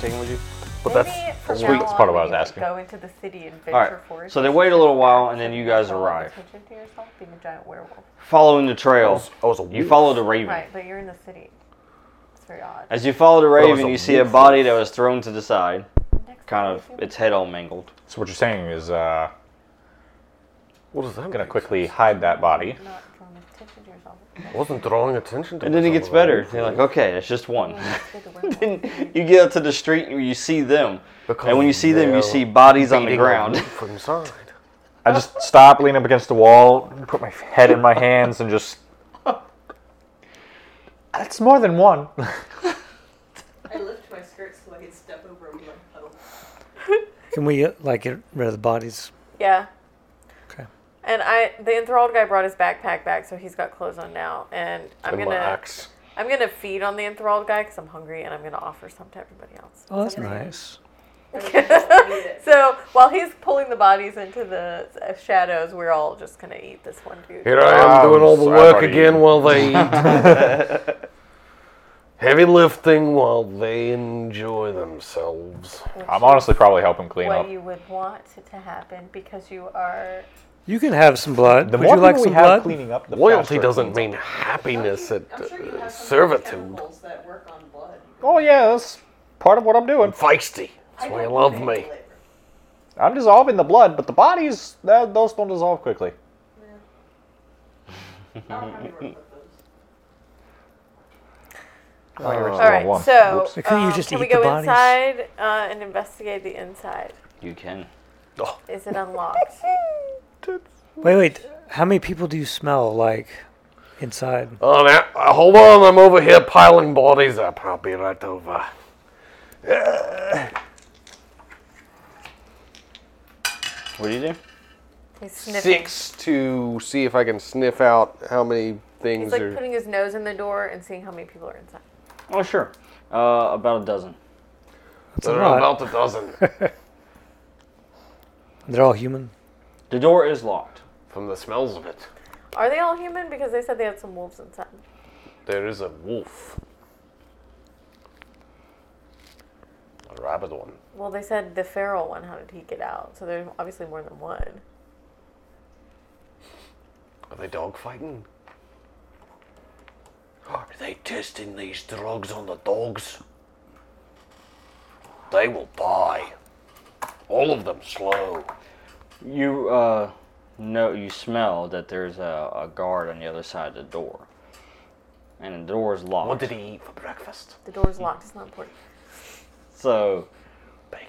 taking with you? But Maybe that's from that's now what- That's on part of what I was we could asking. Go into the city and venture All right. forth. So they wait a little while, and then you guys Call arrive. Attention to yourself being a giant werewolf. Following the I trail, was, I was a you wolf. follow the raven. Right, but you're in the city. It's very odd. As you follow the it was raven, a you see a wolf. body that was thrown to the side, Next kind time of you see its head all mangled. So what you're saying is, uh, What does that gonna make quickly sense? hide that body. me, not drawing attention to yourself. I wasn't drawing attention to And then it myself gets when I better. was You're a like, wolf. okay, it's just one. Let's get the werewolf. then you get out to the street and you see them. Because and when you see them, they're you see bodies on the beating ground. wolf inside. I just stop, lean up against the wall, put my head in my hands, and just. That's more than one. I lift my skirt so I can step over and be like, oh. Can we uh, like get rid of the bodies? Yeah. Okay. And I, the enthralled guy brought his backpack back, so he's got clothes on now. And I'm And gonna, my axe. I'm gonna feed on the enthralled guy because I'm hungry, and I'm gonna offer some to everybody else. Oh, that's nice. So while he's pulling the bodies into the uh, shadows, we're all just gonna eat this one dude. Here I am I'm doing all the sorry. work again while they eat. Heavy lifting while they enjoy themselves. which I'm honestly probably helping is clean what up. you would want to happen because you are. You can have some blood. The Would more you like people some we have blood? cleaning up, the faster Loyalty it doesn't cleans mean I'm happiness, sure- it I'm sure you uh, have some of those servitude. chemicals that work on blood. up. Mm. Oh yeah, that's part of what I'm doing. Feisty. That's why you don't love think me. labor. I'm dissolving the blood, but the bodies, that, those don't dissolve quickly. I don't have any work with those. Oh, All right. one. So Wait, couldn't you um, just can we eat the go bodies? inside uh, and investigate the inside? you can. Oh, Is it unlocked? Wait, wait. How many people do you smell like inside? oh, now, uh, hold on, I'm over here piling bodies up. I'll be right over. What do you do? He's sniffing. Six to see if I can sniff out how many things He's like are. putting his nose in the door and seeing how many people are inside. Oh, sure. Uh, about a dozen. That's a There lot. are about a dozen. They're all human. The door is locked. From the smells of it, Are they all human? Because they said they had some wolves inside. there is a wolf. A rabid one. Well, they said the feral one. How did he get out? So there's obviously more than one. Are they dog fighting? Are they testing these drugs on the dogs? They will die. All of them slow. You uh, know, you smell that there's a, a guard on the other side of the door, and the door is locked. What did he eat for breakfast? The door's locked. It's not important. So Bacon.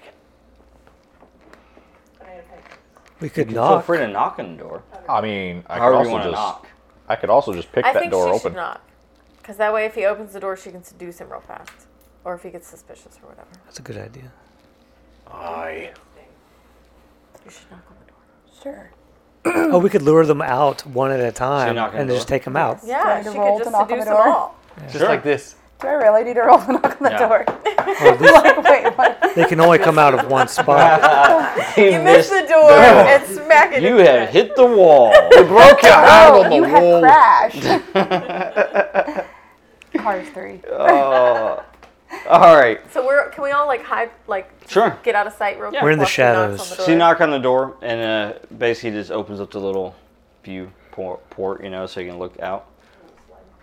I had a paper. We could feel knock. free to knock on the door. I mean, I could However you also want to just, knock. I could also just pick I that think door she open. should knock, because that way, if he opens the door, she can seduce him real fast, or if he gets suspicious or whatever. That's a good idea. Aye. You should knock on the door. Sure. Oh, we could lure them out one at a time knock on and the just door? take them out. Yeah, I she could roll to just knock on seduce the them door? all. Just like this. Do I really need to roll the knock on the No. door? like, wait, what? They can only come out of one spot. You, You miss the door and smack it. You in the have head. hit the wall. Broke your hand Oh, on the you wall. had crashed. Cars three. All right. So we're can we all like hide like Sure. get out of sight real quick? We're in the while she knocks on shadows. the So you door? knock on the door, and uh, basically just opens up the little view por- port, you know, so you can look out.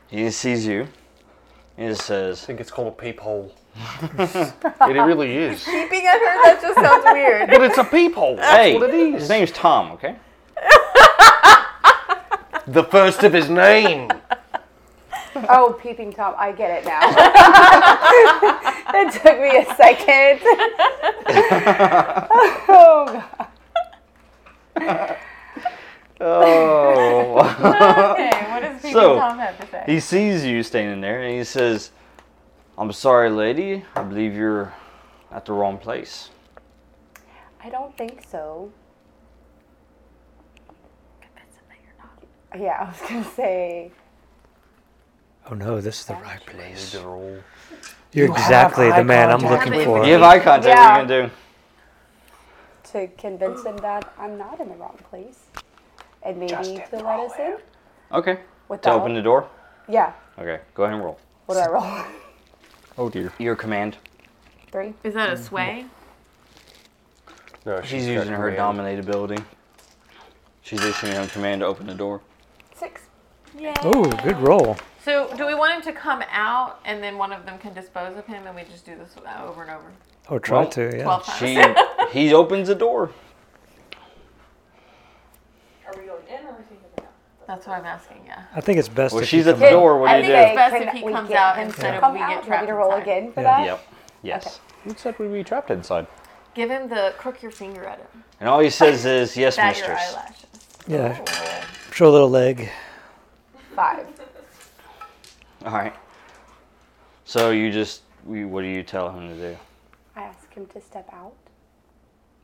He sees you. He just I says, think it's called a peephole. it really is. Peeping at her, that just sounds weird. But it's a peephole. That's "Hey, what it his is. name's Tom, okay?" The first of his name. Oh, peeping tom. I get it now. it took me a second. oh god. Oh. okay, what does Peeping So- Tom have to say? He sees you standing there and he says, I'm sorry, lady. I believe you're at the wrong place. I don't think so. Yeah, I was gonna say. Oh no, this is the right place. roll. You're exactly the man I'm looking Have for. You have eye contact. What are you going to to convince him that I'm not in the wrong place, and maybe Just to let us in. do? Okay. Without, To open the door? yeah. Okay. Go ahead and roll. What do I roll? Oh dear. Your command. Three. Is that a sway? No, She's using got her command. dominate ability. She's issuing him command to open the door. Six. Yeah. Ooh, good roll. So, do we want him to come out and then one of them can dispose of him and we just do this uh, over and over? Or try Well, to, yeah. 12 times. She he opens the door. Are we going in or are we thinking about? That's what I'm asking, yeah. I think it's best Well, if you she's at come the out. door. What do I you do? think it's I best can- if he we comes get out him to instead of come we get out. Do I trapped need to roll inside? again for Yeah. that. Yep. Yes. Who said we'd be trapped inside? Give him the crook your finger at him. And all he says is, "Yes, Bat your mistress." eyelashes. Yeah. Show a little leg. Five. All right. So you just we, what do you tell him to do? I ask him to step out.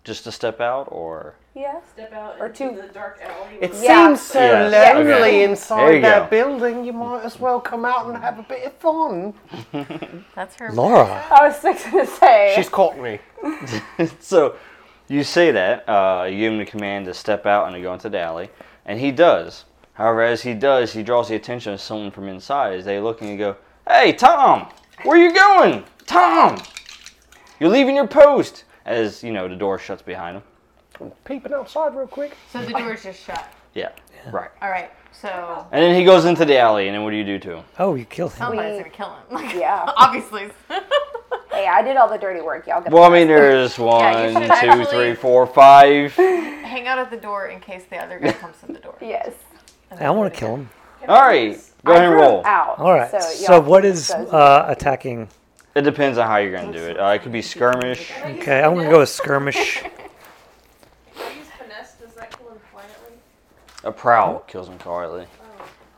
Just to step out, or Yes. Step out Or into two. the dark alley. It Yeah. seems so Yes. lonely Okay. There you inside that go. building. You might as well come out and have a bit of fun. That's her. Laura. I was six to say. She's caught me. so you say that uh, you give him the command to step out and to go into the alley, and he does. However, as he does, he draws the attention of someone from inside as they look and you go, "Hey, Tom, where you going, Tom? You're leaving your post." As you know, the door shuts behind him. Peeping outside real quick. So the door's just shut. Yeah, right. All right. So And then he goes into the alley, and then what do you do to him? Oh, you killed him. somebody's gonna We- kill him. Like, Yeah. Obviously. Hey, I did all the dirty work. Y'all get Well, I the mean, rest. there's Yeah, one, you two, should three, actually- four, five. Hang out at the door in case the other guy comes to the door. Yes. I want to kill him. All right, go I ahead and drew 'em roll. Out. All right. So, y'all what can is dispose of uh, attacking? It depends on how you're gonna do it. Uh, it could be skirmish. Okay, I'm gonna go with skirmish. If I use finesse, does that kill him quietly? A prowl kills him quietly.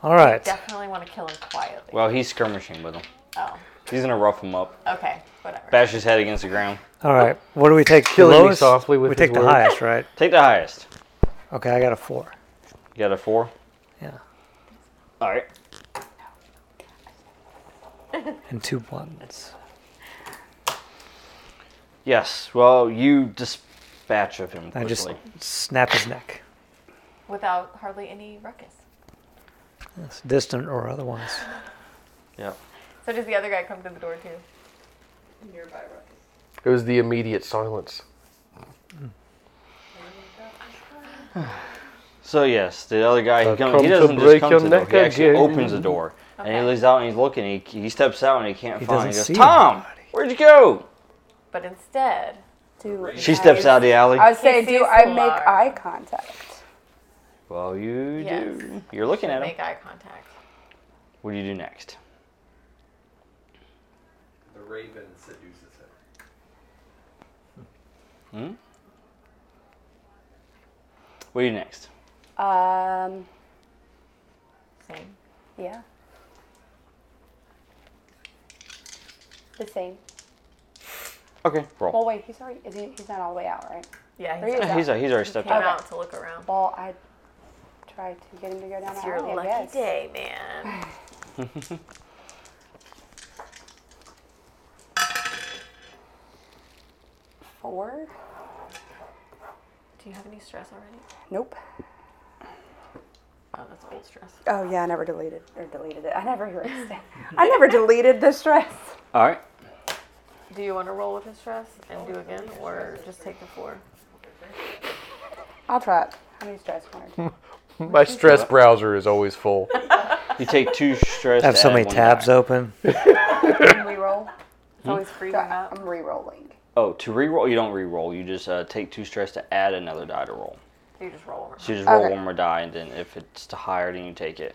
All right. Definitely want to kill him quietly. Well, he's skirmishing with him. Oh. He's gonna rough him up. Okay. Whatever. Bash his head against the ground. All right. What do we take? The Killing me lowest? softly with we his take the words. highest, right? Take the highest. Okay, I got a four. You got a four. Yeah, All right. and two ones. Yes. Well, you dispatch of him I quickly. just snap his neck. Without hardly any ruckus. That's distant or otherwise. Yeah. So does the other guy come to the door too? Nearby ruckus. It was the immediate silence. So yes, the other guy Uh, he, I've come, come he to doesn't just break come your to the door. He neck actually again. opens the door and he Okay. looks out and he's looking. He, he steps out and he can't He find. He goes, doesn't see Tom, anybody." where'd you go? But instead, Do She steps out of the alley. I was saying, sees do I the make lar. eye contact? Well, you Yes. do. You're looking at him. make eye contact. What do you do next? The raven seduces him. What do you do next? Um, Same. yeah. The same. Okay, roll. Well, wait, he's already. Is he, he's not all the way out, right? Yeah. He's Three is like, up. He's, he's already he stepped came out. out to look around. Well, I tried to get him to go down It's the your alley, I lucky guess. day, man. Four? Do you have any stress already? Nope. Oh, that's old stress. Oh yeah, I never deleted or deleted it. I never erased it. I never deleted the stress. All right. Do you want to roll with his stress and do again, or just take the four? I'll try it. How many stress one or two? My stress browser is always full. You take two stress. I have to so add many one tabs die. open. Can we roll? It's always freezing up. Mm-hmm. I'm re-rolling. Oh, to re-roll, you don't re-roll. You just uh, take two stress to add another die to roll. You just roll over. So you just roll Okay. one more die, and then if it's to higher, then you take it.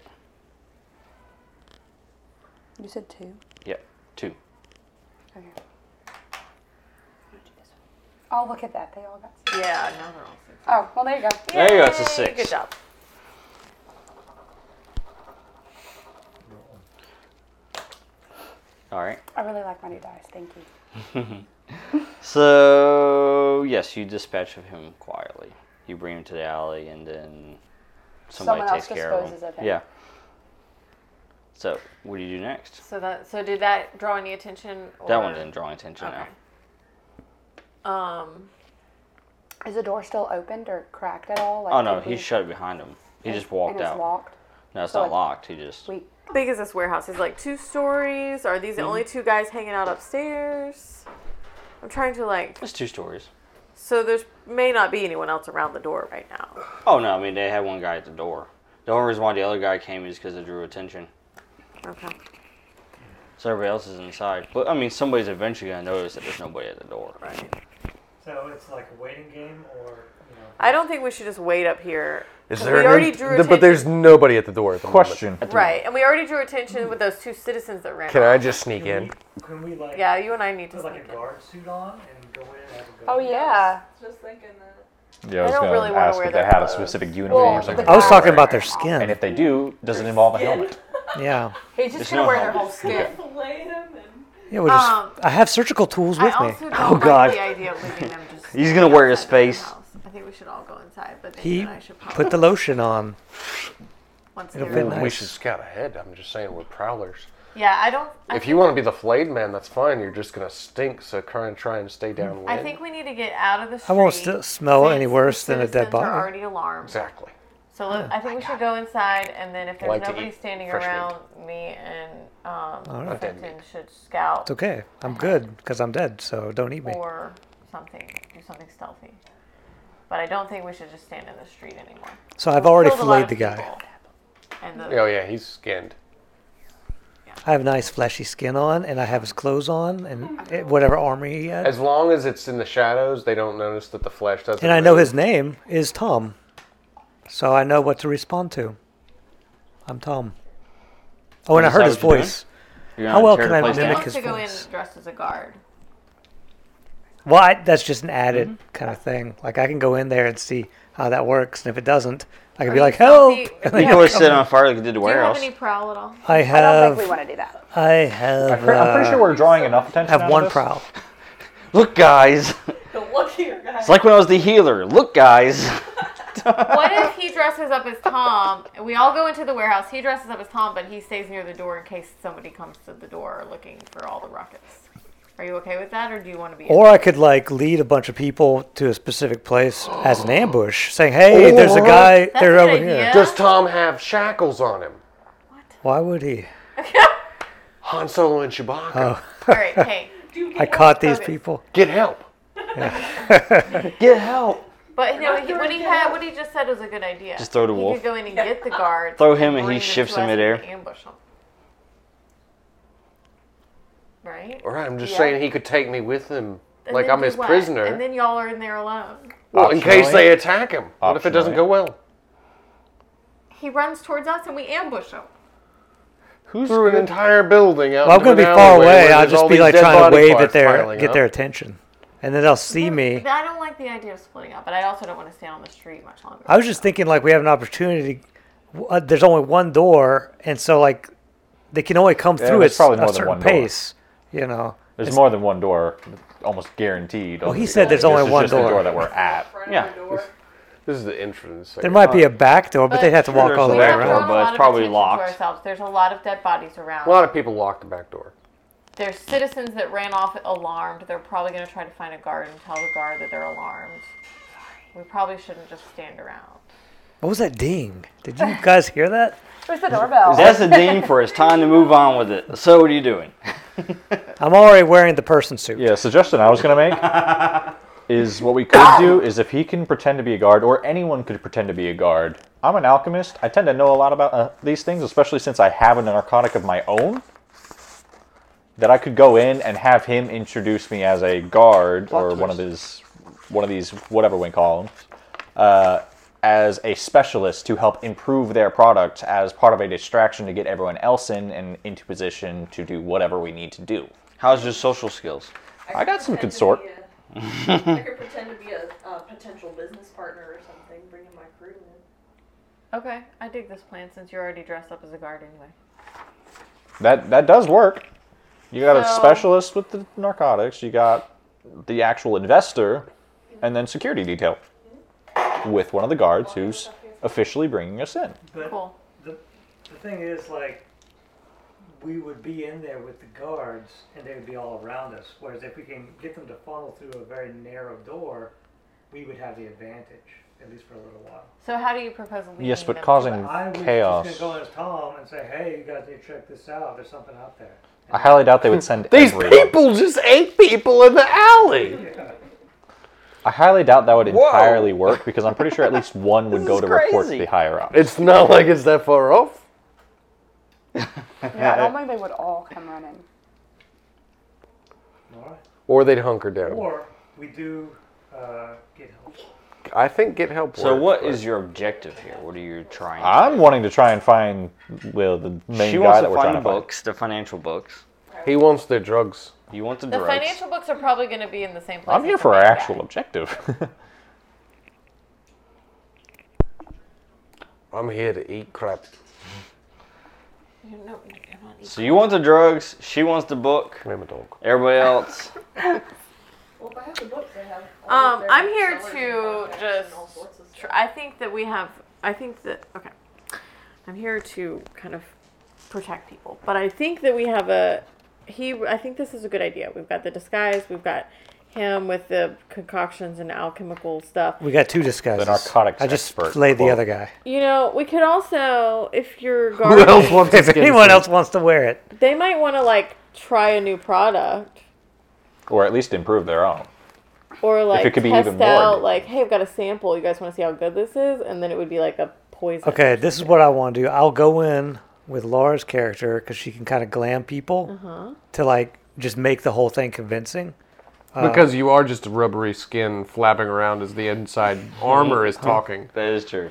You said two. Yep, two. Okay. Oh, look at that. They all got. Yeah, now they're all six. Oh, well, there you go. There you go. It's a Yay, six. Good job. All right. I really like my new dice. Thank you. So yes, you dispatch of him quietly. You bring him to the alley, and then somebody Someone takes else care of him. disposes of him. Yeah. So what do you do next? So that so did that draw any attention? Or, That one didn't draw any attention. Okay. Now Um. Is the door still opened or cracked at all? Like, Oh no, did we- he shut it behind him. He just and walked it's out. locked. No, it's So, not like- locked. He just. We How big is this warehouse? Is it like two stories? Are these the only two guys hanging out upstairs? I'm trying to like. It's two stories. So there's may not be anyone else around the door right now. Oh no, I mean they had one guy at the door. The only reason why the other guy came is because it drew attention. Okay. So everybody else is inside. But I mean, somebody's eventually gonna notice that there's nobody at the door. Right. So it's like a waiting game, or you know. I don't think we should just wait up here. Is 'cause there? we an- already drew th- but attention- there's nobody at the door. At the moment. Question. Right, and we already drew attention with those two citizens that ran. Can off. I just sneak in? Can we like Yeah, you and I need to put sneak like a in. guard suit on and go in and have a go? Oh yeah. Just thinking that. Yeah, I was don't gonna really wanna ask wear if they their had a clothes. specific uniform Well, or the something. I was guy- talking about their skin. And if they do, does it involve a Skin. helmet? yeah, He's just There's gonna no wear their helmet. whole skin. Fillet them and yeah. We just Um, I have surgical tools with I me. also don't Oh, like God. the idea of leaving them just. He's gonna wear his outside of the face. house. I think we should all go inside, but then you He and I should probably put the lotion on. once it'll they're- fit nice. We should scout ahead. I'm just saying we're prowlers. Yeah, I don't. I If you want to be the flayed man, that's fine. You're just gonna stink. So kind of try and stay downwind. I think we need to get out of the I street. won't st- smell since any the worse than a dead citizens are body. Oh already alarmed. exactly. So let, I think we Oh should go inside, and then if there's Like to nobody eat standing fresh meat. around, me and um, right. Dead meat. Fenton should scout It's okay. I'm good because I'm dead, so don't eat me. or something, do something stealthy. But I don't think we should just stand in the street anymore. So I've already Killed a lot filleted of the guy. people. And the, Oh yeah, he's skinned. I have nice fleshy skin on, and I have his clothes on, and Hmm. eh, whatever armor he had. As long as it's in the shadows, they don't notice that the flesh doesn't. And I know move. his name is Tom, so I know what to respond to. I'm Tom. Oh, and I Is that heard his what you're doing? voice. You're How gonna well tear can the I place he down? mimic wants his to go in voice. dressed as a guard. Well, I, that's just an added Mm-hmm. kind of thing. Like I can go in there and see how that works, and if it doesn't, I can be you like, "Help!" stealthy? And Do You then can go- always set it on fire like you did Do you where have else. any prowl at all? I I don't think we have, want to do that. I have, I'm pre- I'm pretty sure uh, we're drawing enough attention. out have of one this. prowl. Look, guys, the luckier guy. it's like when I was the healer. Look, guys. What if he dresses up as Tom? and We all go into the warehouse. He dresses up as Tom, but he stays near the door in case somebody comes to the door looking for all the rockets. Are you okay with that, or do you want to be? Or I could like lead a bunch of people to a specific place as an ambush, saying, "Hey, there's a Or- guy. That's they're an over idea. here." Does Tom have shackles on him? Why would he? Han Solo and Chewbacca. Oh. all right, hey, I caught these Okay. people. Get help. Get help. but no, he, what he had, what he just said was a good idea. Just throw the he wolf. could go in and get the guard. Throw him and bring he the shifts two in us midair. and Ambush him. Right. All right, I'm just Yeah. saying he could take me with him, And like then I'm do his what? prisoner. And then y'all are in there alone. well, in case Optionally. they attack him. What if it doesn't Optionally. go well? He runs towards us and we ambush him. Who's through an entire building? Out Well, I'm into gonna be an far alleyway away. where I'll there's just all be these like dead trying to body wave parts at their, piling get up. their attention, and then they'll see me. I don't like the idea of splitting up, but I also don't want to stay on the street much longer. I was just thinking like we have an opportunity. w- Uh, there's only one door, and so like they can only come through there's at s- probably a more than certain one door. pace. You know, There's more than one door, almost guaranteed. Well, he said there's only one just door. The door that we're at. Front Yeah. of the door. This is the entrance. there might be a back door, but they'd have to Sure, walk there's all the a way back We're door, around. drawing a but lot it's of probably attention locked. To ourselves. There's a lot of dead bodies around. a lot of people lock the back door. There's citizens that ran off alarmed. They're probably going to try to find a guard and tell the guard that they're alarmed. We probably shouldn't just stand around. What was that ding? Did you guys hear that? Where's the doorbell? That's a ding for it's time to move on with it. So what are you doing? I'm already wearing the person suit. Yeah, suggestion I was gonna make is what we could do is if he can pretend to be a guard, or anyone could pretend to be a guard. I'm an alchemist. I tend to know a lot about uh, these things, especially since I have a narcotic of my own. That I could go in and have him introduce me as a guard or one of his, one of these whatever we call them, uh, as a specialist to help improve their product as part of a distraction to get everyone else in and into position to do whatever we need to do. How's your social skills? I got some Pretend to consort. be a- I could pretend to be a, a potential business partner or something, bringing my crew in. Okay, I dig this plan since you're already dressed up as a guard anyway. That that does work. You got So- a specialist with the narcotics. You got the actual investor, and then security detail with one of the guards who's officially bringing us in. Cool. The, the thing is, like, we would be in there with the guards, and they would be all around us. Whereas if we can get them to funnel through a very narrow door, we would have the advantage, at least for a little while. So how do you propose leading Yes, but them to causing us? I was chaos. just gonna go as Tom and say, "Hey, you guys need to check this out. There's something out there." I highly doubt they would send These everyone. people just ate people in the alley. I highly doubt that would Whoa. entirely work because I'm pretty sure at least one would go is to report to crazy. the higher up. It's not like it's that far off. Yeah, I don't think they would all come running. Alright. Or they'd hunker down. Or we do uh, get help. I think get help. So works, what but- is your objective here? What are you trying? to I'm wanting to try and find well, the main She guy wants that to we're trying find the to books, the financial books. He wants their drugs. You want the, The drugs. financial books are probably going to be in the same place. find. I'm as here the for our main actual guy. objective. I'm here to eat crap. You know, I'm not eating- So you want the drugs. She wants the book. I'm a dog. Everybody else. Well, if I have the books, I have. all Um, of their I'm here sellers and to contacts and all sorts of just. Tr- stuff. I think that we have. I think that okay. I'm here to kind of protect people, but I think that we have a. He. I think this is a good idea. We've got the disguise. We've got him with the concoctions and alchemical stuff. We got two disguises. The narcotics I just expert played the quote. other guy. You know, we could also, if you're Who guarded, else wants to If anyone else wants to wear it, they might want to like try a new product or at least improve their own. or like it could be test even more out new. like, hey, I've got a sample. You guys want to see how good this is? And then it would be like a poison. okay, this is what I want to do. I'll go in with Laura's character because she can kind of glam people Uh-huh. to like just make the whole thing convincing. Because you are just a rubbery skin flapping around as the inside armor is talking. That is true.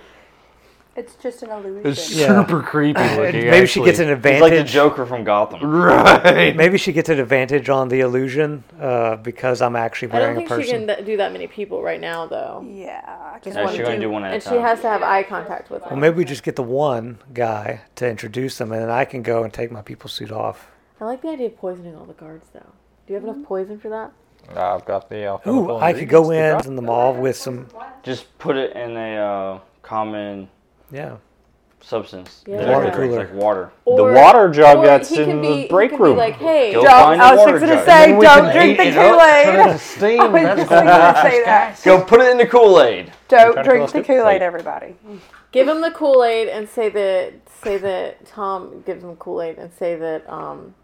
It's just an illusion. It's Yeah. super creepy looking. Maybe she gets an He's like the advantage. Joker from Gotham. right. Maybe she gets an advantage on the illusion uh, because I'm I actually don't wearing a think she person. can th- do that many people right now, though. yeah. I No, can she only do one at a and time. she has to have eye contact with Well, him. maybe we just get the one guy to introduce them, and then I can go and take my people suit off. I like the idea of poisoning all the guards, though. Do you have Mm-hmm. enough poison for that? I've got the Oh, uh, alchemical Ooh, I could go in in the mall with some. Just put it in a uh, common Yeah, substance. Yeah. It's Water like- it's like water. The water jug or that's he can in the be- he break can be room. like, hey, Go Don't, find the I was water just going to jug. say, don't can drink the eat it up, turn it Kool-Aid. to steam. I was That's just going to say that. Go put it in the Kool Aid. trying to Don't kill drink us the too? Wait. Kool-Aid, everybody. give him the Kool Aid and say that say that Tom gives him Kool Aid and say that um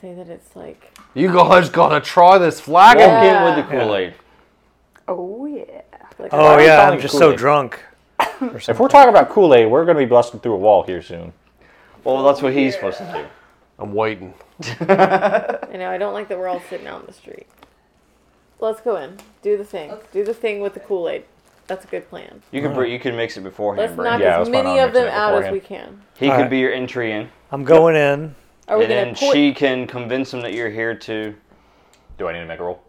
say that it's like You guys gotta try this flagon. Walk Yeah. in with the Kool Aid. Oh, yeah. like Oh we yeah, calling I'm it just so Kool-Aid? drunk. or If we're something. talking about Kool Aid, we're going to be busting through a wall here soon. Well, that's what he's supposed to do. I'm waiting. I know I don't like that we're all sitting out in the street. Let's go in. Do the thing. Do the thing with the Kool Aid. That's a good plan. You Uh-huh. could br- you could mix it beforehand. Let's bring knock it. Yeah, as that's fine, many I'll of them mix it out as beforehand. we can. He All could right. be your entry in, I'm going in. Are we and gonna then poi- she can convince him that you're here to. Do I need to make a roll?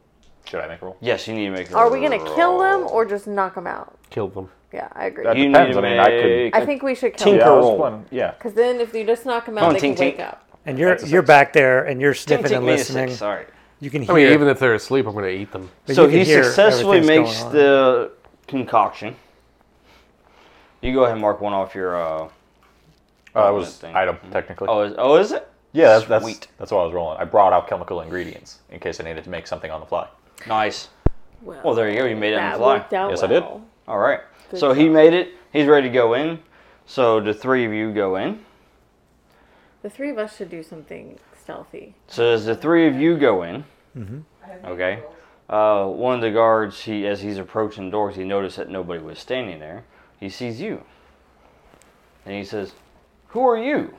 Should I make a roll? Yes, you need to make. a Are we gonna kill them roll. or just knock them out? Kill them. Yeah, I agree. That You need depends. to I mean, I could- make. I think we should kill Tinker Yeah, I them. was roll. planning- yeah. Because then if you just knock them out, on, they can tink, wake tink. up. And you're That's a you're six. back there, and you're Didn't sniffing take and me a listening. six, Sorry. You can I hear. mean, even if they're asleep, I'm gonna eat them. but So you can he hear successfully everything's makes going on. the concoction. You go ahead and mark one off your. Uh, Uh, that was thing. item, technically. oh, is, oh, is it? yeah, that's, that's, sweet. that's what I was rolling. I brought alchemical ingredients in case I needed to make something on the fly. Nice. Well, there you go. You made it on the That fly. worked out Yes, I did. well. All right. so he made it. He's ready to go in. So the three of you go in. The three of us should do something stealthy. So as the three of you go in, okay, uh, one of the guards, he as he's approaching doors, he noticed that nobody was standing there. He sees you, and he says, "Who are you?"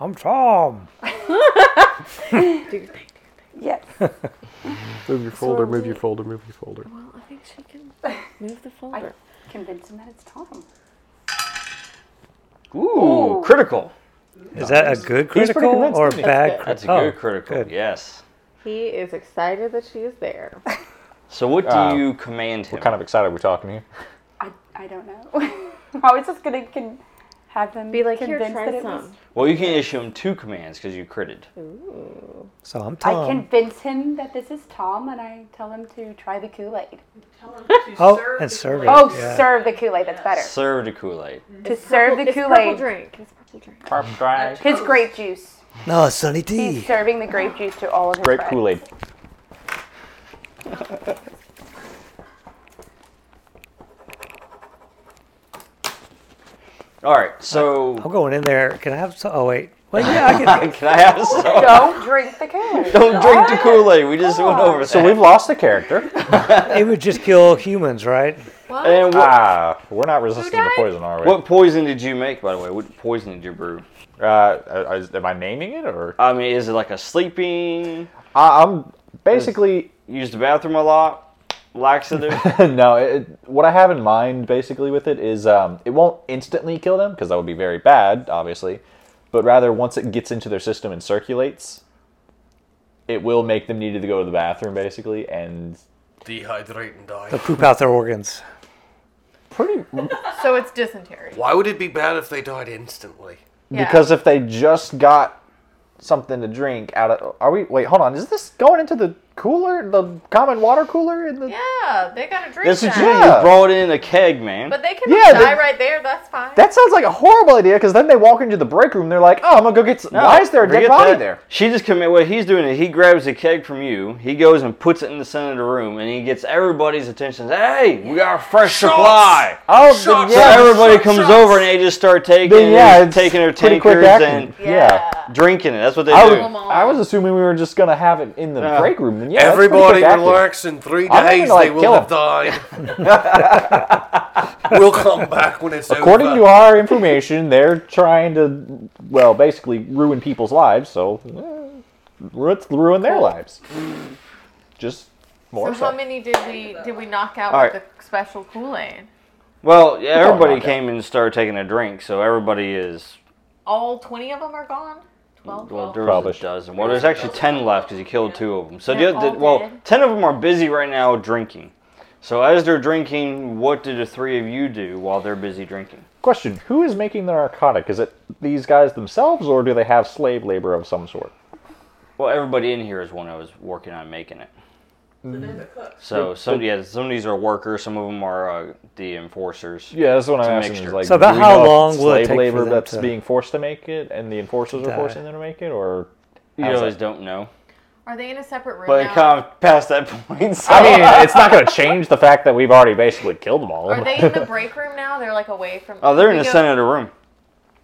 I'm Tom. Yes. Move your folder. Move your folder. Move your folder. Well, I think she can move the folder. Convince him that it's Tom. Ooh, critical. Is that a good critical convinced, or a isn't he? bad? good. cri- That's a oh, good critical. good. Yes. He is excited that she is there. So what do Uh, you command him? What kind of excited we're talking here? I, I don't know. I was just going to can have them Be like, here, convinced that try it was. some. well, you can issue him two commands because you critted. Ooh. So I'm I Tom. convince him that this is Tom, and I tell him to try the Kool-Aid. Tell them to Oh, serve and the serve plate. it. Oh, Yeah. serve the Kool-Aid. That's better. Serve the Kool-Aid. to serve the It's purple Kool-Aid. drink. It's purple drink. His grape juice. no, it's Sunny D. He's serving the grape juice to all of his Grape friends. Kool Aid. All right. So I'm going in there. Can I have some? Oh wait, Well, yeah, I can. Can I have some? Don't drink the Kool-Aid. Don't drink the Kool Aid. We just went over. So that. we've lost the character. it would just kill humans, right? What? And what, ah, we're not resisting died? to poison, are we? what poison did you make, by the way? What poison did you brew? Uh, uh, is- am I naming it or? I mean, is it like a sleeping? I, I'm basically Use the bathroom a lot? Laxative? no. It, it- what I have in mind basically with it is um, it won't instantly kill them because that would be very bad, obviously. But rather, once it gets into their system and circulates, it will make them needed to go to the bathroom basically, and Dehydrate and die. They'll poop out their organs. pretty So it's dysentery. Why would it be bad if they died instantly? Yeah. Because if they just got something to drink out of, are we? Wait, hold on. Is this going into the cooler, the common water cooler? In the Yeah, they gotta drink That's what that. you did. Yeah. You brought in a keg, man. But they can Yeah, die they- right there. That's fine. that sounds like a horrible idea. Because then they walk into the break room, they're like, "Oh, I'm gonna go get. Some, No, why is there a dead forget body that. there?" She just commit. What he's doing is he grabs the keg from you. He goes and puts it in the center of the room, and he gets everybody's attention. Hey, we got a fresh Shots! supply. Oh, then Shots! So yeah, everybody shot, comes shots. over and they just start taking, then, yeah, it's taking their pretty quick tankers acting. and yeah. drinking it. That's what they I, do. Them all. was, I was assuming we were just gonna have it in the Yeah. break room. Then yeah, that's pretty Everybody quick acting. relax. In three I'm not days, gonna, like, they will kill have died. we'll come back when it's According over. to our information, they're trying to, well, basically ruin people's lives. So, eh, let's ruin their lives. so Just more so. how many did we did we knock out All with right. the special Kool Aid? Well, yeah, don't everybody like that. came and started taking a drink, so everybody is. All twenty of them are gone. Twelve. Well, Well, there Probably. was a dozen. Well, there's actually ten left because he killed two of them. So They're the, the, all well, dead. ten of them are busy right now drinking. So as they're drinking, what do the three of you do while they're busy drinking? Question: Who is making the narcotic? Is it these guys themselves, or do they have slave labor of some sort? Well, everybody in here is one that was working on making it. So some yeah, some of these are workers. Some of them are uh, the enforcers. Yeah, that's what I'm It's a asking. mixture. Is like, So about do we how know if long it's will it slave take for labor them that's to- being forced to make it, and the enforcers are Die. forcing them to make it, or You how's always that? don't know, are they in a separate room but it now? kind of past that point. So. I mean, it's not going to change the fact that we've already basically killed them all. Are they in the break room now? They're like away from. Oh, they're in We the go- center of the room.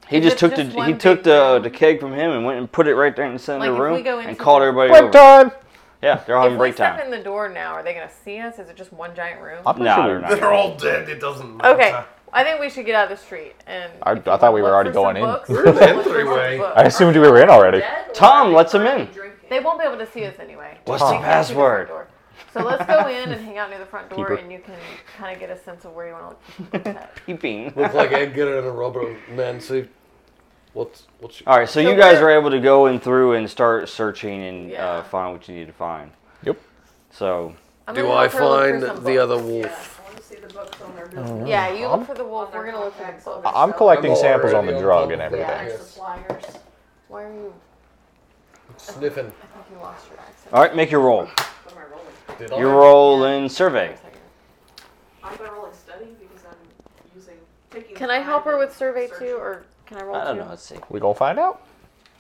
He Is just it took just the one he took big the room? the keg from him and went and put it right there in the center Like, of the if we room go and into called the- everybody break over. time. Yeah, they're all If having we break step time. in the door now, are they gonna see us? Is it just one giant room? I'm pretty Nah, sure they're we- not. They're all dead. It doesn't matter. Okay, I think we should get out of the street and. I- if I thought wanna we were look already for some going in. books, We're look in for some entryway. books. I assumed we were in already. Tom lets him in. They won't be able to see us anyway. What's the They can't see front password? door. So let's go in and hang out near the front door, Peeper. and you can kind of get a sense of where you want to look. at. Peeping. Looks like Edgar in a rubber man suit. What's what's? All right, so, So you guys we're- are able to go in through and start searching and Yeah. uh, find what you need to find. Yep. So I'm Do gonna I look for- look for find some the books. other Yeah, wolf? I want to see the books on their business. Yeah, you look for the wolf. We're gonna look for the book. I'm collecting I'm samples on already the on drug top and of everything. that. Yeah, Yes. suppliers. Why are you? Sniffing. I think you lost your accent. all right, make your roll. What am I rolling? Did Your roll in survey. I'm gonna roll and study because I'm using. Taking Can I time help her and with survey searching. too, or can I roll I don't two? know. Let's see. We gonna find out.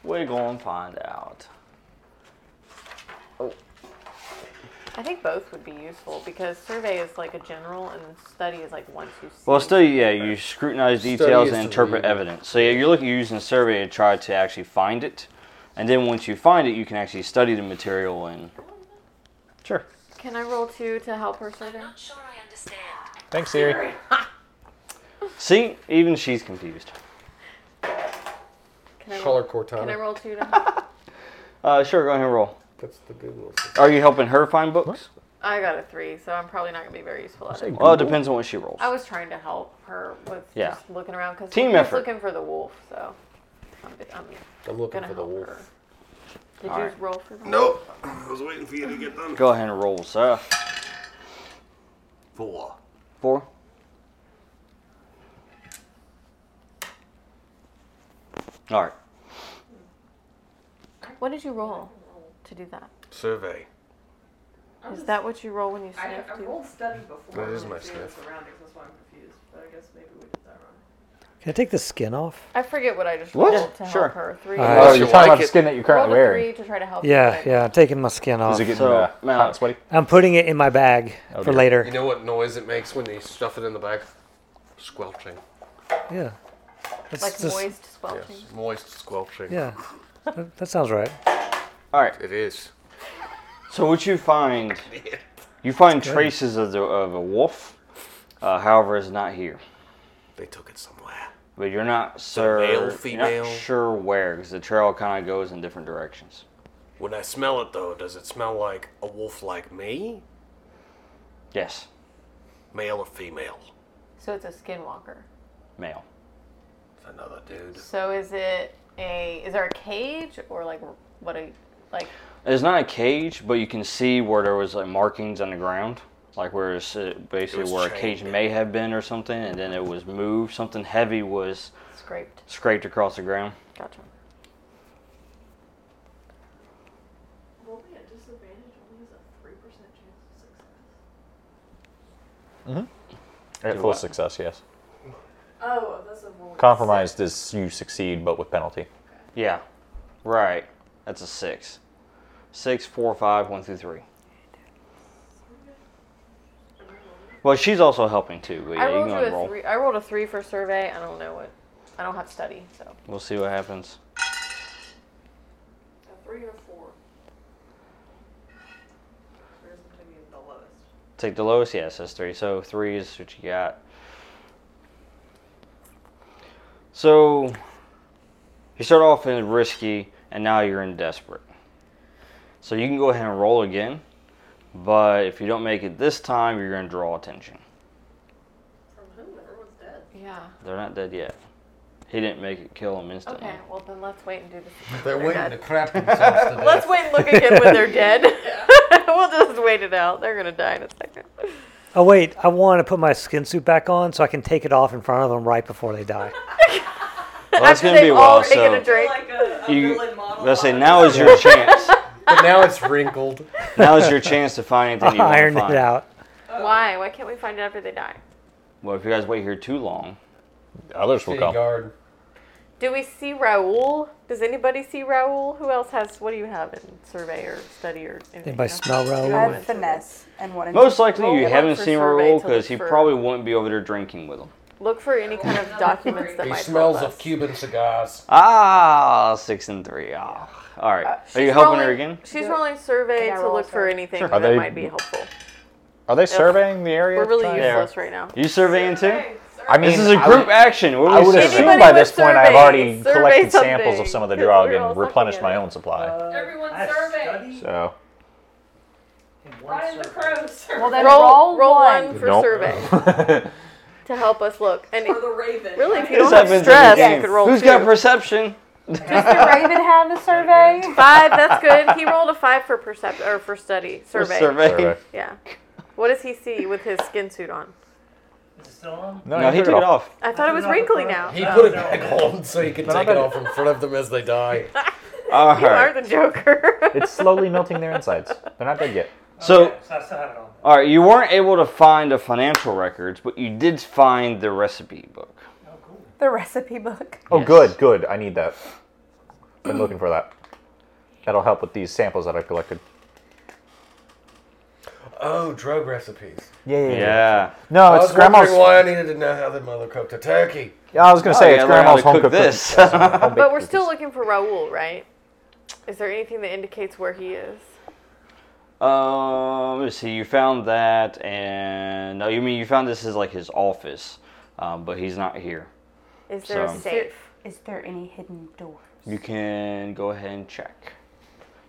We're going to find out. I think both would be useful because survey is like a general, and study is like once you see. Well, still, yeah, you scrutinize Study details is and to interpret read. evidence. So yeah, you're looking you're using a survey to try to actually find it, and then once you find it, you can actually study the material and. Sure. Can I roll two to help her survey? Thanks, Siri. See, even she's confused. Can I roll, Color can I Cortana. roll two to help? Uh, sure, go ahead and roll. That's the good one. Are you helping her find books? I got a three, so I'm probably not gonna be very useful at it. Well, it depends on what she rolls. I was trying to help her with Yeah. just looking around because Team she's effort. looking for the wolf, so I'm, I'm I'm looking gonna for help the wolf. her. Did you Alright. roll for the Nope. I was waiting for you to get done. Go ahead and roll, sir. Four. Four. All right. What did you roll to do that? Survey. I'm Is just- that what you roll when you I, sniff? I too? rolled study before. That is and my I see the sniff. Surroundings, that's why I'm confused, but I guess maybe we did that wrong. Can I take the skin off? I forget what I just What? rolled to Sure. help her. Three. Alright. Oh, Unless you're you talking like about the it. skin that you're Rolled currently a wearing. three to try to help. Yeah, her. yeah. I'm taking my skin Is off. it getting So, uh, hot Malik. and sweaty? I'm putting it in my bag Oh, for dear. later. You know what noise it makes when you stuff it in the bag? Squelching. Yeah. That's like just- moist squelching. Yes, moist squelching. Yeah, that, that sounds right. All right. It is. So what you find, you find traces of the of a wolf. Uh, however, it's not here. They took it somewhere. But you're not sure. male, You're female? not sure where, because the trail kind of goes in different directions. When I smell it, though, does it smell like a wolf like me? Yes, Male or female? So it's a skinwalker. male. It's another dude. So is it a is there a cage or like what a like It's not a cage, but you can see where there was like markings on the ground, like where it's uh, basically It was where a cage chained. may have been or something, and then it was moved. Something heavy was scraped? scraped across the ground. Gotcha. Roll me at disadvantage only has a three percent chance of success. At Do full what? success, yes. Oh, that's a roll. Compromised is you succeed, but with penalty. Yeah, right. That's a six. Six, four, five, one through three. Well, she's also helping too. But yeah, I you can rolled go you and a roll. three. I rolled a three for survey. I don't know what. I don't have study, so We'll see what happens. A three or four. There's gonna be the lowest. Take the lowest. Yes, that's three. So three is what you got. So you start off in risky, and now you're in desperate. So you can go ahead and roll again, but if you don't make it this time, you're going to draw attention. From whom? Everyone's dead. yeah. They're not dead yet. He didn't make it kill him instantly. Okay, well then let's wait and do this. They're waiting waiting dead. to crap themselves to Let's wait and look again when they're dead. we'll just wait it out. They're gonna die in a second. Oh wait, I want to put my skin suit back on so I can take it off in front of them right before they die. Well, that's After going to be they've a all while. taken So a drink. Like a, a you, villain model. let's say of- now is your chance. But now it's wrinkled. Now is your chance to find anything you want to Iron find. it out. Why? Why can't we find it after they die? Well, if you guys wait here too long, Others will City come. guard. Do we see Raoul? Does anybody see Raoul? Who else has? What do you have in survey or study or anything? Anybody No? smell You I Raoul? have have finesse and one. in- most likely Roll you one haven't for seen survey Raoul to because look he for- probably wouldn't be over there drinking with him. Look for any kind of documents that He might smells help of us. Cuban cigars. Ah, six and three. Ah, all right. Are you Uh, She's helping her rolling- again? She's Yeah. rolling survey Can I to roll look for survey? anything Sure. that Are they- might be helpful. Are they surveying the area? We're really trying- Yeah. useless right now. You surveying too? Hey, sir. I mean, This is a I group would- action. What I are we would assume surveying? Anybody by with this point I've survey, already survey collected samples something, of Uh, some of the 'cause drug we're all and sucking replenished at my it. own supply. Everyone I survey. studied So in one Ryan the survey. Crow survey. Well, then Roll- roll, roll one. one. For survey. To help us look. And Or the Raven. really, if you This don't have happens in stress, the game. you could roll Who's two. got perception? Does the Raven have the survey? Five, that's good. He rolled a five for percept or for study. Or Survey. survey. Yeah. What does he see with his skin suit on? Is it still on? No, he took it off. I thought it was wrinkly now. He put it back on so he could But I take it bet- off in front of them as they die. All You right. are the Joker. It's slowly melting their insides. They're not dead yet. So, Okay, so I still have it on. all right, you weren't able to find the financial records, but you did find the recipe book. Oh, cool. The recipe book. Oh, Yes. good, good. I need that. Been looking for that. That'll help with these samples that I collected. Oh, drug recipes. Yeah, yeah, Yeah. No, I it's was grandma's. wondering why I needed to know how the mother cooked a turkey. Yeah, I was gonna Oh, say yeah, it's learn how to grandma's home cook cooked this. cookies. That's home-baked But we're still cookies. looking for Raoul, right? Is there anything that indicates where he is? Um, let's see. You found that, and no, you mean you found this is like his office, um, but he's not here. Is there So- a safe? Is there any hidden door? You can go ahead and check.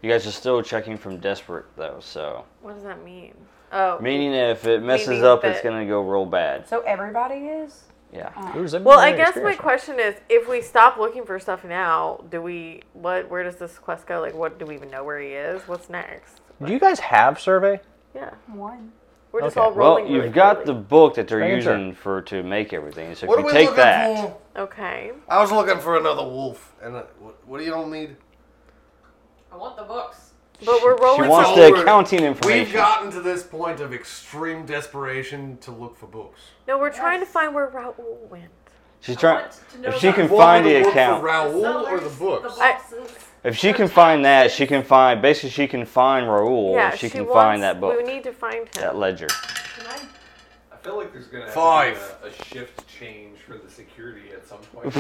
You guys are still checking from desperate though, so What does that mean? Oh. meaning if it messes Meaning up, it's that- uh, gonna go real bad. So everybody is. Yeah. Who's in Well, there? I guess my Experience. question is, if we stop looking for stuff now, do we what? Where does this quest go? Like, what do we even know where he is? What's next? Do you guys have survey? Yeah, One. we're just Okay. all Well, rolling. you've got the book that they're Making sure. using for to make everything. So if What are you we take looking that, for? the okay. I was looking for another wolf. And uh, what, what do you all need? I want the books. But we're rolling. she wants for- the forward. accounting We've information. gotten to this point of extreme desperation to look for books. no, we're trying to find where Raoul went. She's I trying. want to know If she about can the find What the would work account, For Raoul or the sellers, books? The boxes. if she can find that, she can find. Basically, she can find Raoul. yeah, if she, can wants, find that book, We need to find him. that ledger. Can I? I feel like there's gonna have Five. To be a, a shift change for the security at some point.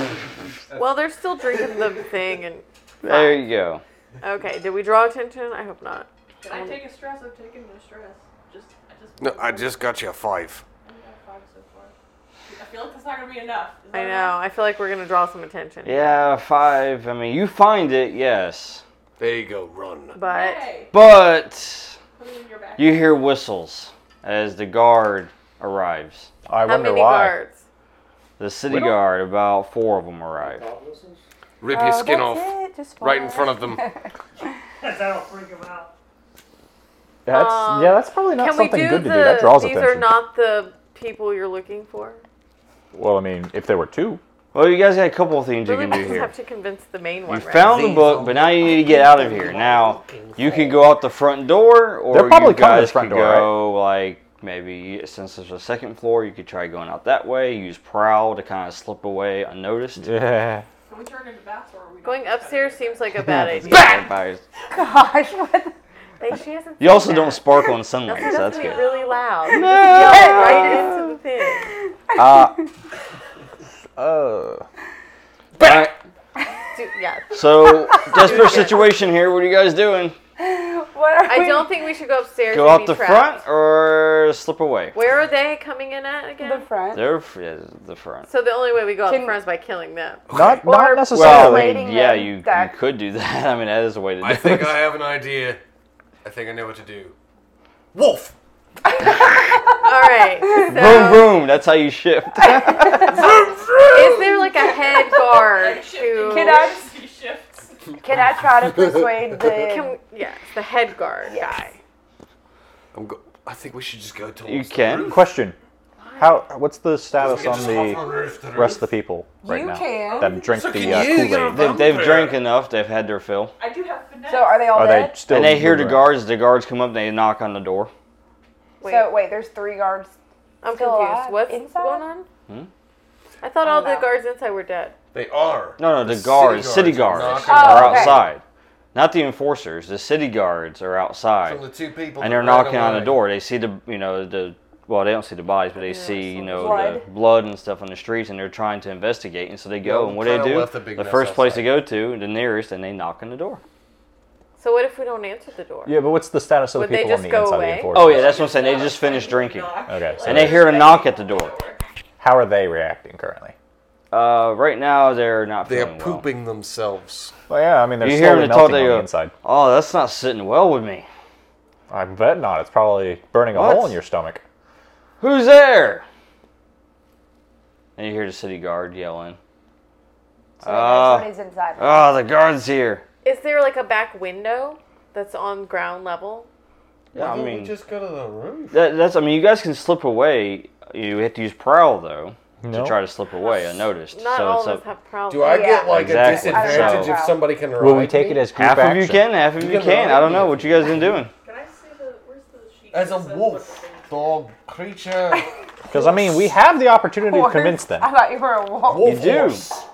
Well, they're still drinking the thing, and There you go. okay. Did we draw attention? I hope not. Can I take a stress? I've taken no stress. Just, I just. No, I just got you a five. I only got five so far. I feel like that's not gonna be enough. Is I that know. I feel like we're gonna draw some attention. Yeah, five. I mean, you find it, yes. There you go, run. But But you hear whistles as the guard arrives. I how many guards? The city guard, about four of them arrive. Rip your skin that's off. it, just Right in one. front of them. That'll freak him out. That's Um, yeah. That's probably not Can we something do good to the? do. That draws these attention. are not the people you're looking for. well, I mean, if there were two, Well, you guys got a couple of things you Really, can we do just here. have to convince the main You one. right? found the book, but now you need to get out of here. Now you can go out the front door, or They're probably you coming to guys the front could door, go like maybe since there's a second floor, you could try going out that way. Use prowl to kind of slip away unnoticed. yeah. Can we turn into bats or are we? Going upstairs seems like a bad idea. Vampires. Gosh, what? the- They- she hasn't You said also that. don't sparkle in That's, sunlight, so that's, that's gonna be good. really loud. You just yell right into the thing. Uh, Uh, alright, Do- yeah. so desperate situation here. What are you guys doing? What are I we- don't think we should go upstairs. Go and out be the trapped. front or slip away? Where are they coming in at again? The front. They're f- yeah, the front. So the only way we go out the Can- front is by killing them. not Or- not Well, I necessarily. Persuading mean, yeah, them you, you that- could do that. I mean, that is a way to do I think it. I have an idea. I think I know what to do. Wolf! All right. Boom, So boom. That's how you shift. is there like a head guard who? Can I, He shifts. can I try to persuade the. Can, yes, the head guard Yes. guy. I'm go- I think we should just go towards You the can. roof. Question: How? What's the We status can on just hover the over the rest of roof. the people right You now can. that drink So can the uh, you, Kool you're Aid? a They've, they've vampire. drank enough. They've had their fill. I do have finesse. so are they all Are they dead? still? and they hear the moving around? guards. The guards come up. They knock on the door. Wait, So, wait, there's three guards. I'm still confused. alive What's inside? going on? Hmm? I thought all the know. guards inside were dead. They are. No, no, the, city guards, city guards, knock Oh, are okay. outside. Not the enforcers. The city guards are outside, From the two people and that they're ran knocking on the away. door. They see the, you know, the. Well, they don't see the bodies, but they see, you know, the Blood. blood and stuff on the streets, and they're trying to investigate. And so they go, Well, and what do they kinda do? left a big The mess first place outside. they go to, the nearest, and they knock on the door. So what if we don't answer the door? Yeah, but what's the status of the Would they people on just the go inside of away? the enforcement? Oh yeah, that's what I'm saying. They just finished drinking, Okay, so and they hear a knock at the door. how are they reacting currently? Uh, right now, they're not. They are feeling well. pooping themselves. Well, yeah, I mean, they're You hear slowly them talk. melting They on go, the inside. "Oh, that's not sitting well with me. I bet not. It's probably burning a What? hole in your stomach. Who's there?" And you hear the city guard yelling, So Ah. somebody's inside. "Oh, the guard's here." Is there like a back window that's on ground level? Yeah, I Why don't mean, we just go to the roof. that, that's. I mean, you guys can slip away. You have to use prowl though No. to try to slip away unnoticed. Not so all it's of us up. have problems. Do I get like Exactly. a disadvantage So- if somebody can ride Will we take me? it as group half action? of you can, half of You you can can. ride I don't know me. what you guys been doing. Can I see the where's the sheet? As a that says wolf what the dog creature. Because I mean, we have the opportunity to convince them, I thought you were a wolf. Wolf do. horse.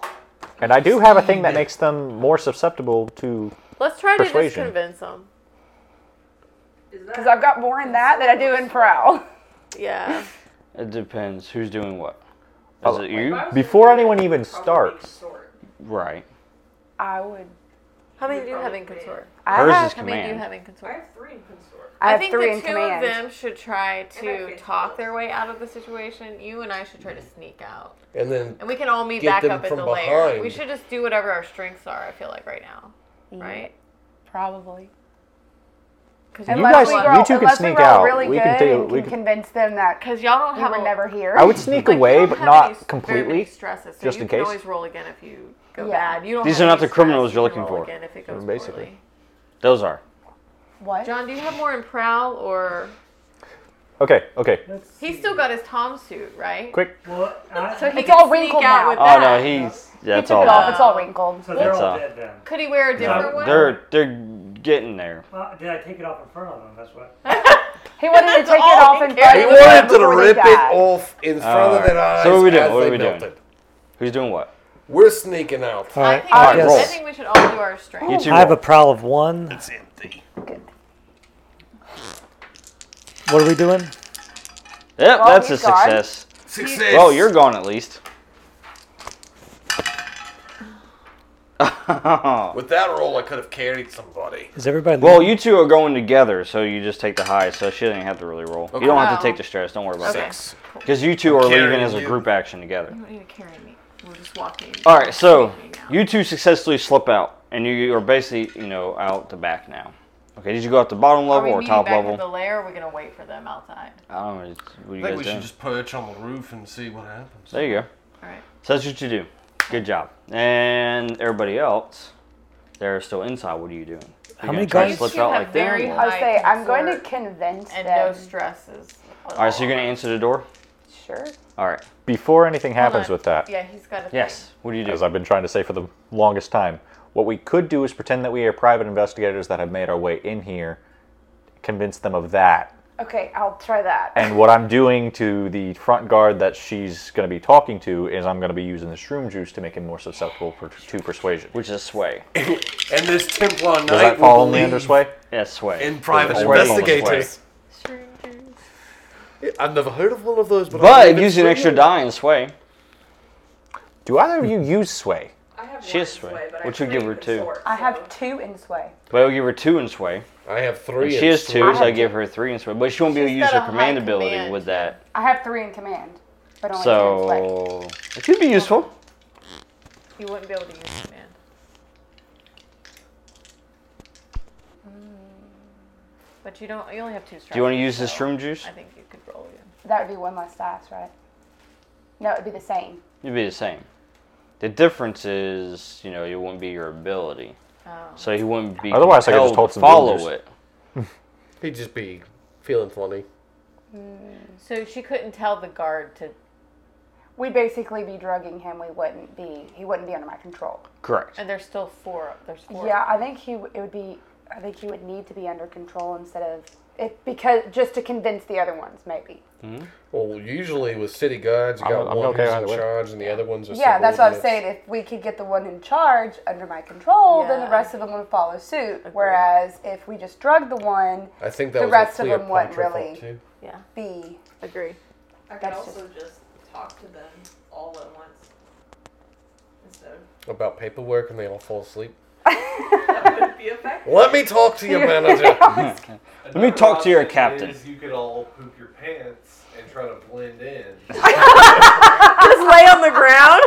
and I do have a thing that makes them more susceptible to. Let's try to just Persuasion. convince them. thing Is Because that I've got more in that than I do in prowl. Yeah. It depends who's doing what. Is Oh. it you? Before anyone even probably starts, short. Right. I would. How many do you have in consort? I Hers have, is How many do you command. have in I consort? have three in consort. I have think three the in two command. of them should try to feel talk close. their way out of the situation. You and I should try to sneak out, And then and we can all meet Get back them up at from the lair. behind. We should just do whatever our strengths are. I feel like right now, right? Probably. 'Cause You y'all guys- don't- you two can unless sneak we roll out. Really We good can do- and we can can- convince them that Cause y'all don't you have were a- never here. I would sneak Like, you away, don't but have any s- not Very many completely. stresses, so just you in can case. always roll again if you go Yeah. bad. You don't. These have are not any the criminals stress, you're you can looking roll for. Again if it goes Basically. poorly. Those are. What? John, do you have more in prowl or? Okay, okay, He's still got his Tom suit, right? quick. Well, I, So so, He It's can all sneak wrinkled out now. with Oh, Oh no, that. he's He that's took it all. off. It's all wrinkled. they're That's all all. dead then. Could he wear a different one? They're they're getting there. Well, did I take it off in front of them? That's what. He wanted to take it all off he and cared front he of about. them wanted to before they rip it died. off in front of Alright. their eyes. So what are we doing? as What are they we doing? melted. Who's doing what? We're sneaking out. All I right. think, All right, we should- roll. I think we should all do our strength. Get your I have a roll. prowl of one. It's empty. What are we doing? Yep, Well, that's a he's gone. success. Success. Well, Oh, you're gone at least. With that roll, I could have carried somebody. Is everybody? Well, you two are going together, so you just take the high. So she doesn't have to really roll. Okay. You don't have to Oh. take the stress. Don't worry about Six. that. Because you two are Carrying leaving as a you. group action together. You don't need to carry me. We're just walking. All right, so you two successfully slip out, and you are basically you know out the back now. Okay, did you go out the bottom Are level we or meeting top back level? at the lair? Or are we gonna wait for them outside? I don't know. What I you think guys we doing? should just perch on the roof and see what happens. There you go. All right. So that's what you do. Good job. And everybody else, they're still inside. What are you doing? You're How gonna many try to guys- slip You two out have like them, very or- I was Like say, I'm going to consort convince And them. no stresses. All right, so you're gonna answer the door. Sure. All right. Before anything happens on. with that, Yeah, he's got a Yes. What do you do? as I've been trying to say for the longest time, what we could do is pretend that we are private investigators that have made our way in here, convince them of that. Okay, I'll try that. And what I'm doing to the front guard that she's going to be talking to is I'm going to be using the shroom juice to make him more susceptible per- to persuasion. Which is sway. And this Templar knight Does that will fall only believe under sway? Yes, sway. in private Does that fall under sway? investigators. I've never heard of one of those, but, I But believe use it's an true. extra die in sway. Do either of you use sway? I have She one is in sway. sway, but What I you give her trained two? consort, I so- have two in sway. But I'll give her two in sway. I have And three. she has two, I so I have give her three in sway. But she won't be able to She's use got her a high command ability command, with that. I have three in command, but only two in sway. So it could be useful. You wouldn't be able to use command. Mm. But you don't. You only have two strikes. Do you want to use so this shroom juice? I think you could roll again. That would be one less dice, right? No, it'd be the same. You'd be the same. The difference is, you know, it wouldn't be your ability. Oh. So he wouldn't be. Otherwise, I could just compelled hold to some follow villagers. it. He'd just be feeling funny. So she couldn't tell the guard to. We'd basically be drugging him. We wouldn't be. He wouldn't be under my control. Correct. And there's still four. There's four. Yeah, I think he. w- It would be. I think he would need to be under control instead of it because just to convince the other ones, maybe. Well, usually with city guards, you I'm- got I'm one okay who's either in way. charge and the other ones are. Yeah, that's what I'm subordinates. saying. If we could get the one in charge under my control, then the Yeah. rest of them would follow suit. Whereas if we just drug the one, I think that The was rest a of 'em wouldn't Cleopatra really- fault, too. Yeah. be Agree. I could That's also just talk to them all at once. Instead of about paperwork and they all fall asleep. that would be effective. Let me talk to your manager. Let me talk to your Another captain. option Is you could all poop your pants and try to blend in. Just lay on the ground.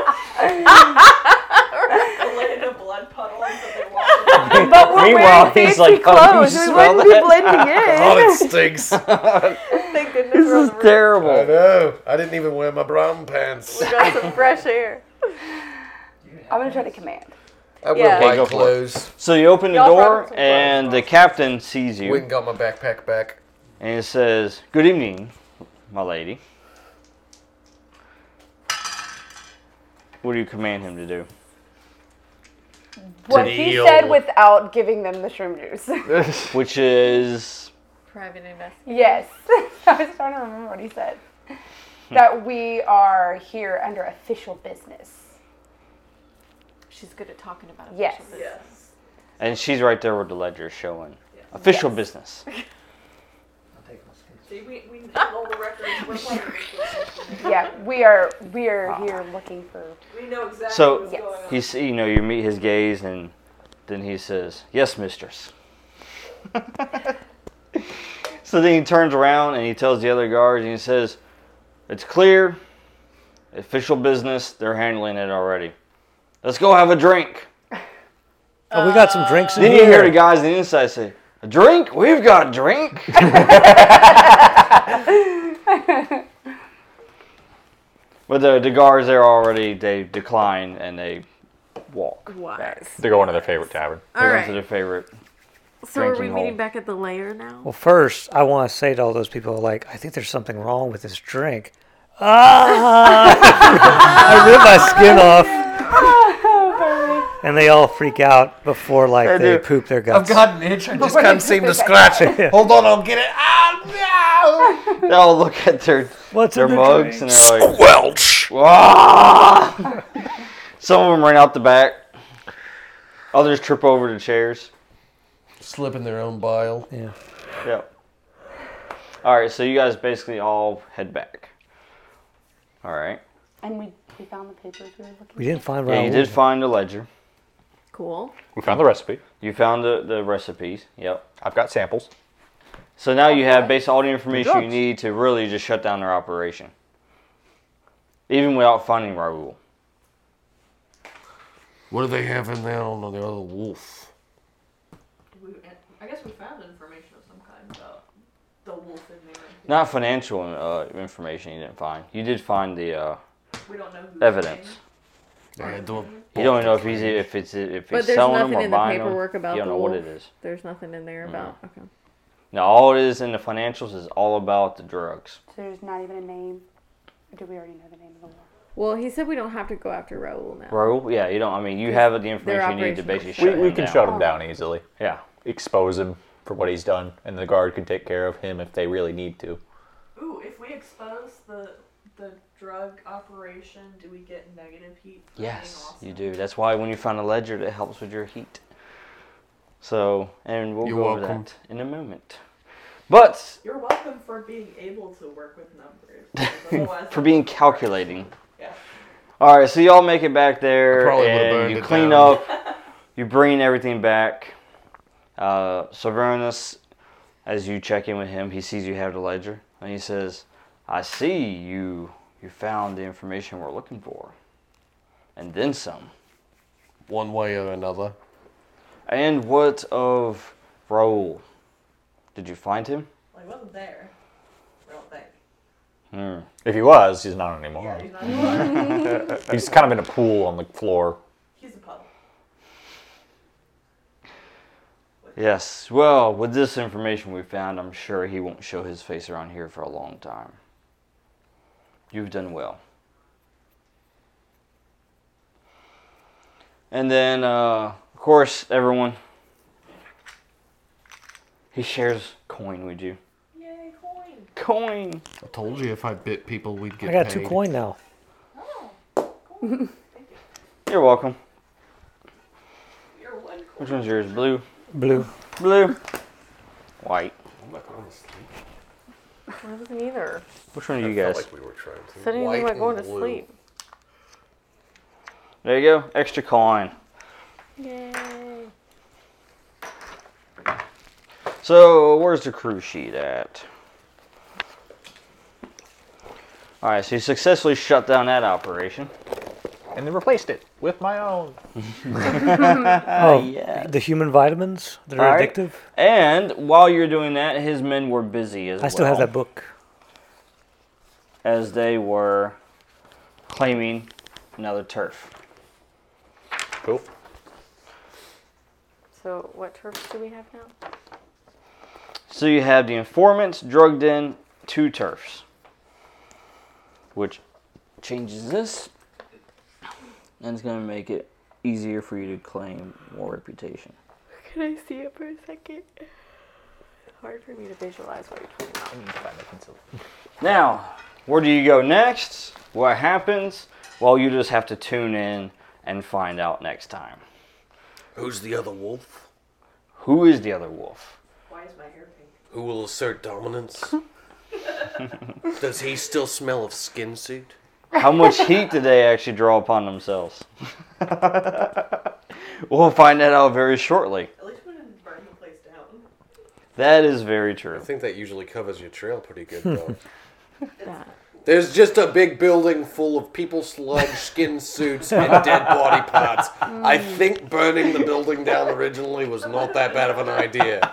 Lay in a blood puddle until they walk in. But we're Meanwhile, wearing he's fancy like, oh, you clothes. We smell wouldn't be that? blending in. God, it stinks. I Thank goodness This we're on is the roof. Uh, terrible. know. I didn't even wear my brown pants. We got some fresh air. I'm gonna try to command. I wear Yeah. Okay, white go for it. clothes. So you open the Y'all door, probably- and the captain sees you, Went and got my backpack back. and he says, "Good evening, my lady." What do you command him to do? What he said without giving them the shroom juice. Which is Private investment. yes. I was trying to remember what he said. Hmm. that we are here under official business. She's good at talking about it. Yes. yes. And she's right there with the ledger showing. Official Yes. business. I'll take my skills. See, we, we have all the records. We're playing this game. Yeah, we are we are here looking for We know exactly So- what's Yes. going on. He, s- you know, you meet his gaze, and then he says, "Yes, mistress." so then he turns around and he tells the other guards, and he says, "It's clear, official business. They're handling it already. Let's go have a drink." Oh, we got some drinks in Then you hear the here. guys on the inside say, "A drink? We've got a drink." but the, the guards there already they decline and they walk. Wise. They're going to their favorite tavern. They All go to right. their favorite. So are we drinking hole. Oh. meeting back at the lair now? Well, first, I want to say to all those people, like, I think there's something wrong with this drink. Ah! I rip my skin off. and they all freak out before, like, they poop their guts. an itch. I just can't seem to scratch it. Hold on, I'll get it. Ah, no! They all look at their What's their in the mugs drink? and they're like, Welch! "Wah!" Some of them run out the back. Others trip over the chairs. Slipping their own bile. Yeah. Yep. All right, so you guys basically all head back. All right. And we, we found the papers we were looking We didn't find Yeah, you Raoul. did find the ledger. Cool. We found the recipe. You found the, the recipes. Yep. I've got samples. So now you have basically all the information you drugs. need to really just shut down their operation, even without finding Raoul. What do they have in there on the other wolf? We, I guess we found information of some kind about the wolf in there. Not financial uh, information you didn't find. You did find the uh, We don't know who. evidence. They do Mm-hmm. You don't know if he's if it's if But he's there's selling them nothing or in the buying paperwork them. about you don't the know wolf. what it is. There's nothing in Mm. there about. Okay. Now all it is in the financials is all about the drugs. So there's not even a name. Or do we already know the name of the war? Well, he said we don't have to go after Raoul now. Raoul, yeah, you don't. I mean, you have the information you need to operational. basically shut We, we him can down. shut him down easily. Yeah. Expose him for what he's done, and the guard can take care of him if they really need to. Ooh, if we expose the the drug operation, do we get negative heat? for being Yes, awesome? you do. That's why when you find a ledger, it helps with your heat. So, and we'll You're go over welcome. that in a moment. But You're welcome for being able to work with numbers. because otherwise- for being calculating. Yeah. All right, so y'all make it back I there, probably would've and burned you it clean down. up, you bring everything back. Uh, Severinus, as you check in with him, he sees you have the ledger, and he says, "I see you. You found the information we're looking for, and then some. One way or another. And what of Raoul? Did you find him? Like, wasn't there? I don't think. Hmm. If he was, he's not anymore. Yeah, he's not in the bar. He's kind of in a pool on the floor. He's a puddle. Yes. Well, with this information we found, I'm sure he won't show his face around here for a long time. You've done well. And then, uh, of course, everyone, he shares coin with you. Yay, coin. Coin! I told you if I bit people, we'd get I got two paid. coin now. Oh, You're welcome. you're one coin. Which one's yours? Blue? Blue. Blue? White. I'm not going to sleep. I wasn't either. Which one are I you felt guys? like we were trying to. Said anything White about going and to blue. sleep. There you go. Extra coin. Yay. So, where's the crew sheet at? Alright, so you successfully shut down that operation. And they replaced it with my own. Oh, yeah. the human vitamins that are All right. addictive. And while you're doing that, his men were busy as I still have well, that book. As they were claiming another turf. Cool. So what turfs do we have now? So you have the informants, drugged in, two turfs. Which changes this. And it's going to make it easier for you to claim more reputation. Can I see it for a second? Hard for me to visualize what you're talking about. Now, where do you go next? What happens? Well, you just have to tune in and find out next time. Who's the other wolf? Who is the other wolf? Why is my hair pink? Who will assert dominance? Does he still smell of skin suit? How much heat did they actually draw upon themselves? we'll find that out very shortly. At least we didn't burn the place down. That is very I true. think that usually covers your trail pretty good, though. That. There's just a big building full of people, sludge, skin suits, and dead body parts. I Mm. think burning the building down originally was not that bad of an idea.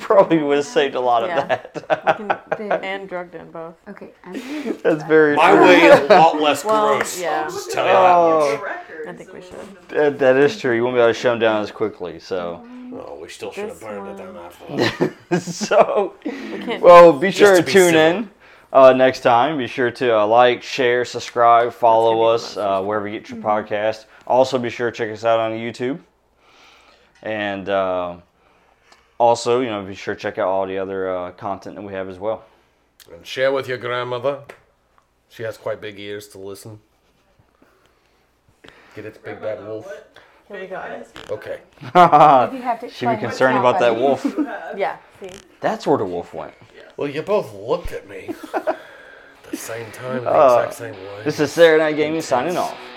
Probably would have saved a lot of Yeah. that. And drugged in both. okay, I'm gonna That's very My true. way is a lot less Well, gross. yeah. Just tell you that much. The records, Oh. I think we so should. wouldn't That, have- that is true. You won't be able to shut them down as quickly. So, Oh, we still should have This burned one. it down after that. so can't- well, be Just sure to, to be tune civil. in uh, next time. Be sure to uh, like, share, subscribe, follow us That's uh, wherever you get your Mm-hmm. podcast. Also, be sure to check us out on YouTube. And uh, also, you know, be sure to check out all the other uh, content that we have as well. And share with your grandmother. She has quite big ears to listen. Get its big bad Grandmother, wolf. what Here we big go. eyes you Okay. if you have to Should be concerned explain about what's that happening. wolf. have. Yeah. See. That's where the wolf went. Yes. Well, you both looked at me at the same time, the Uh, exact same way. This is Saturday Night Gaming signing off.